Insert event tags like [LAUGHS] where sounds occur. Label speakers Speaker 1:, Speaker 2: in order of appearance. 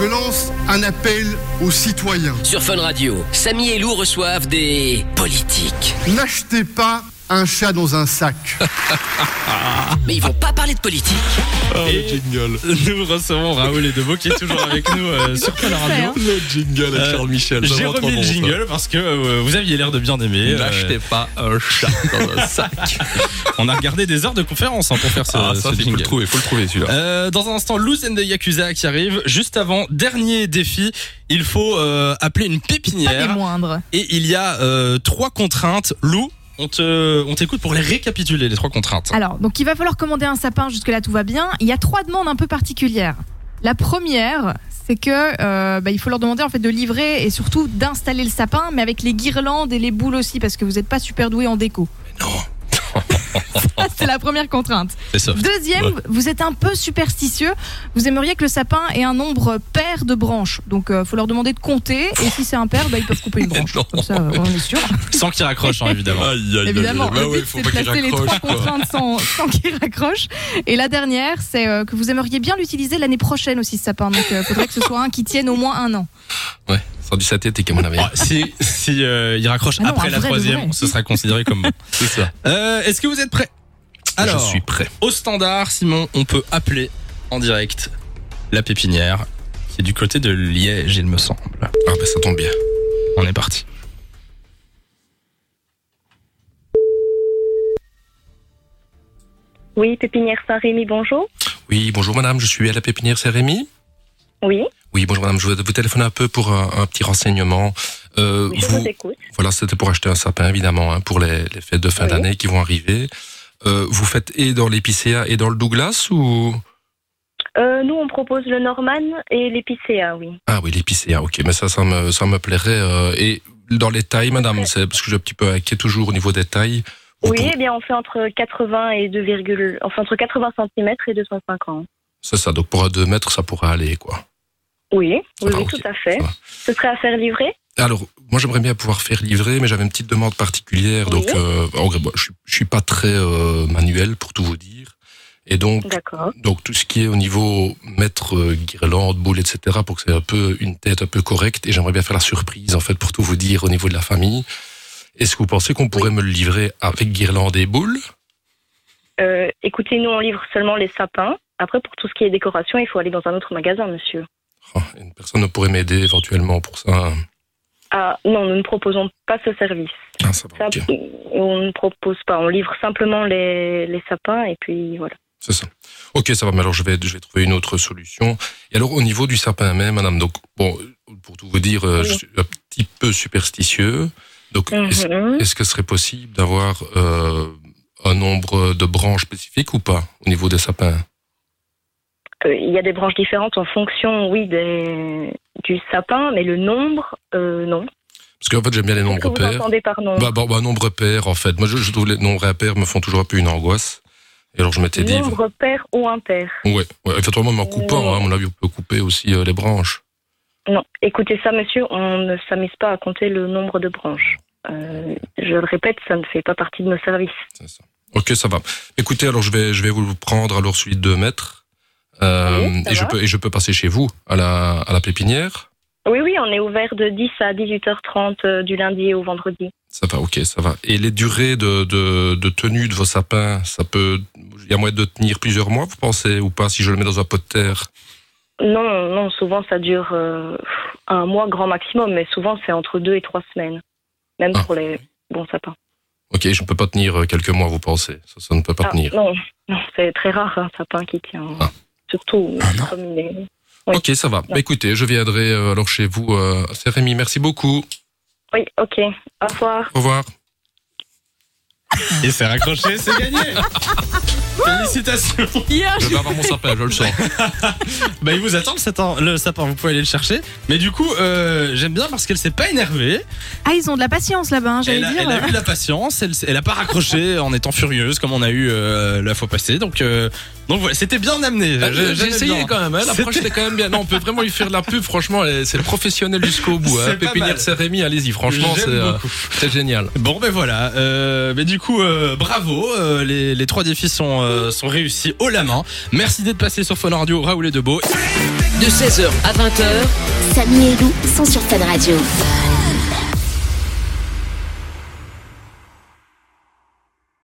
Speaker 1: Je lance un appel aux citoyens.
Speaker 2: Sur Fun Radio, Samy et Lou reçoivent des politiques.
Speaker 1: N'achetez pas un chat dans un sac.
Speaker 2: Mais ils vont pas parler de politique.
Speaker 3: Oh,
Speaker 4: Et-
Speaker 3: le jingle.
Speaker 4: Nous recevons Raoul et Debo qui est toujours avec nous euh, sur Fun Radio.
Speaker 3: Le jingle à
Speaker 4: Euh,
Speaker 3: Charles Michel.
Speaker 4: J'ai
Speaker 3: Vraiment trop
Speaker 4: remis le
Speaker 3: bon, ça.
Speaker 4: jingle parce que euh, vous aviez l'air de bien aimer. euh,
Speaker 3: N'achetez pas un chat [LAUGHS] dans un sac.
Speaker 4: on a regardé des heures de conférence hein, pour faire ce,
Speaker 3: Ah, ça,
Speaker 4: ce
Speaker 3: il faut le
Speaker 4: jingle.
Speaker 3: trouver, faut le trouver celui-là.
Speaker 4: Euh, dans un instant, Luz and the Yakuza qui arrive. Juste avant, dernier défi, il faut euh, appeler une
Speaker 5: Pas des
Speaker 4: pépinière.
Speaker 5: moindres.
Speaker 4: Et il y a euh, trois contraintes. Lou, on te, on t'écoute pour les récapituler les trois contraintes.
Speaker 5: Alors, donc il va falloir commander un sapin, jusque-là tout va bien. Il y a trois demandes un peu particulières. La première, c'est que euh, bah, il faut leur demander en fait de livrer et surtout d'installer le sapin, mais avec les guirlandes et les boules aussi, parce que vous n'êtes pas super doué en déco. [LAUGHS] non C'est la première contrainte.
Speaker 4: C'est soft.
Speaker 5: Deuxième, vous êtes un peu superstitieux. Vous aimeriez que le sapin ait un nombre pair de branches. Donc, euh, faut leur demander de compter. Et si c'est impair, bah, ils peuvent couper une branche.
Speaker 3: non.
Speaker 5: Comme ça, on est sûr.
Speaker 4: Sans qu'il raccroche, hein, évidemment.
Speaker 3: [LAUGHS] Aïe, aïe, aïe.
Speaker 5: Évidemment,
Speaker 3: Bah
Speaker 5: le
Speaker 3: ouais,
Speaker 5: but
Speaker 3: faut
Speaker 5: c'est de
Speaker 3: pas qu'il
Speaker 5: placer les trois
Speaker 3: raccroche, quoi.
Speaker 5: contraintes sans, sans qu'ils raccrochent. Et la dernière, c'est euh, que vous aimeriez bien l'utiliser l'année prochaine aussi ce sapin. Donc il faudrait que ce soit un qui tienne au moins un an.
Speaker 3: Ouais, sans dit sa tête et qu'à mon avis.
Speaker 4: Bon, si si euh, il raccroche
Speaker 5: Ah non,
Speaker 4: après
Speaker 5: un
Speaker 4: la
Speaker 5: vrai de
Speaker 4: troisième,
Speaker 5: vrai.
Speaker 4: ce sera considéré comme
Speaker 5: [LAUGHS]
Speaker 4: bon.
Speaker 3: C'est ça. Bah,
Speaker 4: Euh, Est-ce que vous êtes prêts Alors,
Speaker 3: Je suis prêt.
Speaker 4: au standard, Simon, on peut appeler en direct la pépinière qui est du côté de Liège, il me semble.
Speaker 3: Ah, bah ça tombe bien.
Speaker 4: On est parti.
Speaker 6: Oui, Pépinière Saint-Rémy, bonjour.
Speaker 3: Oui, bonjour madame, je suis à la pépinière, c'est Rémi.
Speaker 6: Oui,
Speaker 3: Oui, bonjour madame, je voulais vous téléphoner un peu pour un, un petit renseignement. Euh,
Speaker 6: je
Speaker 3: vous,
Speaker 6: vous écoute.
Speaker 3: voilà, c'était pour acheter un sapin évidemment, hein, pour les, les fêtes de fin
Speaker 6: Oui.
Speaker 3: d'année qui vont arriver. Euh, vous faites et dans l'épicéa et dans le Douglas ou
Speaker 6: Euh, nous, on propose le Norman et l'épicéa, oui.
Speaker 3: Ah oui, l'épicéa, ok, mais ça, ça me, ça me plairait. euh, et dans les tailles, madame,
Speaker 6: Ouais.
Speaker 3: c'est parce que je suis un petit peu inquiet toujours au niveau des tailles. Vous
Speaker 6: Oui,
Speaker 3: pouvez-
Speaker 6: eh bien, on fait entre 80 et 2, enfin, entre 80 cm et 250.
Speaker 3: C'est ça, donc pour un 2 mètres, ça pourra aller, quoi.
Speaker 6: Oui, oui,
Speaker 3: va,
Speaker 6: oui,
Speaker 3: Ah, ok,
Speaker 6: tout à fait.
Speaker 3: ça va.
Speaker 6: Ce serait à faire livrer
Speaker 3: Alors, moi, j'aimerais bien pouvoir faire livrer, mais j'avais une petite demande particulière.
Speaker 6: Oui.
Speaker 3: Donc, euh, en gros, moi, je, suis- je suis pas très euh, manuel, pour tout vous dire. Et donc,
Speaker 6: D'accord.
Speaker 3: donc tout ce qui est au niveau mettre euh, guirlande, boule, etc., pour que c'est un peu une tête un peu correcte. Et j'aimerais bien faire la surprise, en fait, pour tout vous dire au niveau de la famille. Est-ce que vous pensez qu'on pourrait me le livrer avec guirlande et boule
Speaker 6: Euh, écoutez, nous, on livre seulement les sapins. Après, pour tout ce qui est décoration, il faut aller dans un autre magasin, monsieur.
Speaker 3: Oh, Une personne ne pourrait m'aider éventuellement pour ça.
Speaker 6: Ah, non, nous ne proposons pas ce service.
Speaker 3: Ah, ça va,
Speaker 6: Ça,
Speaker 3: ok.
Speaker 6: on ne propose pas. On livre simplement les, les sapins et puis voilà.
Speaker 3: C'est ça. Ok, ça va, mais alors je vais, je vais trouver une autre solution. Et alors, au niveau du sapin même, madame, donc, bon, pour tout vous dire, euh,
Speaker 6: Oui.
Speaker 3: je suis un petit peu superstitieux. Donc, est-ce
Speaker 6: Mhm.
Speaker 3: est-ce que ce serait possible d'avoir euh, un nombre de branches spécifiques ou pas Bah, au niveau des sapins
Speaker 6: Euh, Il y a des branches différentes en fonction, oui, des, du sapin, mais le nombre, euh, non.
Speaker 3: Parce qu'en fait, j'aime bien les
Speaker 6: Qu'est-ce que
Speaker 3: nombres
Speaker 6: vous
Speaker 3: pairs.
Speaker 6: entendez par nombre
Speaker 3: Bah, bah, bah, nombre pair, en fait. Moi, je, je trouve les nombres impairs me font toujours un peu une angoisse. Et alors, je m'étais dit.
Speaker 6: Nombre pair ou impair
Speaker 3: Ouais, ouais, effectivement, même en coupant,
Speaker 6: Non.
Speaker 3: hein, à mon avis, on peut couper aussi euh, les branches.
Speaker 6: Non, écoutez ça, monsieur, on ne s'amuse pas à compter le nombre de branches. Euh, je le répète, ça ne fait pas partie de nos services.
Speaker 3: C'est ça. Ok, ça va. Écoutez, alors je vais, je vais vous prendre alors celui de 2 mètres. Euh,
Speaker 6: Oui, ça
Speaker 3: et, je
Speaker 6: va.
Speaker 3: peux, et je peux passer chez vous, à la, à la pépinière.
Speaker 6: Oui, oui, on est ouvert de 10 à 18h30 euh, du lundi au vendredi.
Speaker 3: Ça va, ok, ça va. Et les durées de, de, de tenue de vos sapins, ça peut. Il y a moyen de tenir plusieurs mois, vous pensez, ou pas, si je le mets dans un pot de terre
Speaker 6: Non, non, souvent ça dure euh, un mois grand maximum, mais souvent c'est entre deux et trois semaines, même
Speaker 3: Ah.
Speaker 6: pour les bons sapins.
Speaker 3: Ok, je ne peux pas tenir euh, quelques mois, vous pensez. Ça, ça ne peut pas
Speaker 6: Ah,
Speaker 3: tenir.
Speaker 6: non, non c'est très rare hein, un sapin qui tient.
Speaker 3: Ah.
Speaker 6: Surtout
Speaker 3: Ah, non.
Speaker 6: comme il est. oui.
Speaker 3: Ok, ça va. Bah, écoutez, je viendrai euh, alors chez vous. Euh, C'est Rémi, merci beaucoup.
Speaker 6: Oui, ok. Au revoir.
Speaker 3: Au revoir.
Speaker 4: Et c'est raccroché, c'est gagné.
Speaker 6: [LAUGHS]
Speaker 4: Félicitations. Ah,
Speaker 3: Je vais avoir mon sapin, je le
Speaker 4: [LAUGHS]
Speaker 3: sens.
Speaker 4: Bah il vous attend le sapin, le sapin, vous pouvez aller le chercher. Mais du coup, euh, j'aime bien parce qu'elle s'est pas énervée.
Speaker 5: Ah, ils ont de la patience là-bas, hein, j'allais
Speaker 4: Elle a,
Speaker 5: dire.
Speaker 4: elle a eu de la patience, elle, s- elle a pas raccroché en étant furieuse comme on a eu euh, la fois passée. Donc euh, Donc voilà, c'était bien amené.
Speaker 3: Ah,
Speaker 4: Je-
Speaker 3: J'ai
Speaker 4: j'aimais
Speaker 3: essayé
Speaker 4: bien.
Speaker 3: quand même, hein, l'approche
Speaker 4: C'était-
Speaker 3: était quand même bien. Non, on peut vraiment lui faire de la pub, franchement, elle- c'est professionnel jusqu'au bout. Hein.
Speaker 4: C'est pas
Speaker 3: Pépinière
Speaker 4: mal.
Speaker 3: Saint-Rémy, allez-y, franchement,
Speaker 4: J'aime
Speaker 3: c'est euh,
Speaker 4: beaucoup.
Speaker 3: c'est génial.
Speaker 4: Bon ben voilà, euh, mais du coup euh, bravo, euh, les, les trois défis sont, euh, sont réussis haut la main. Merci d'être passé sur Fun Radio, Raoul et Debo.
Speaker 2: De 16h à 20h,
Speaker 7: Samy et Lou sont sur Fun Radio.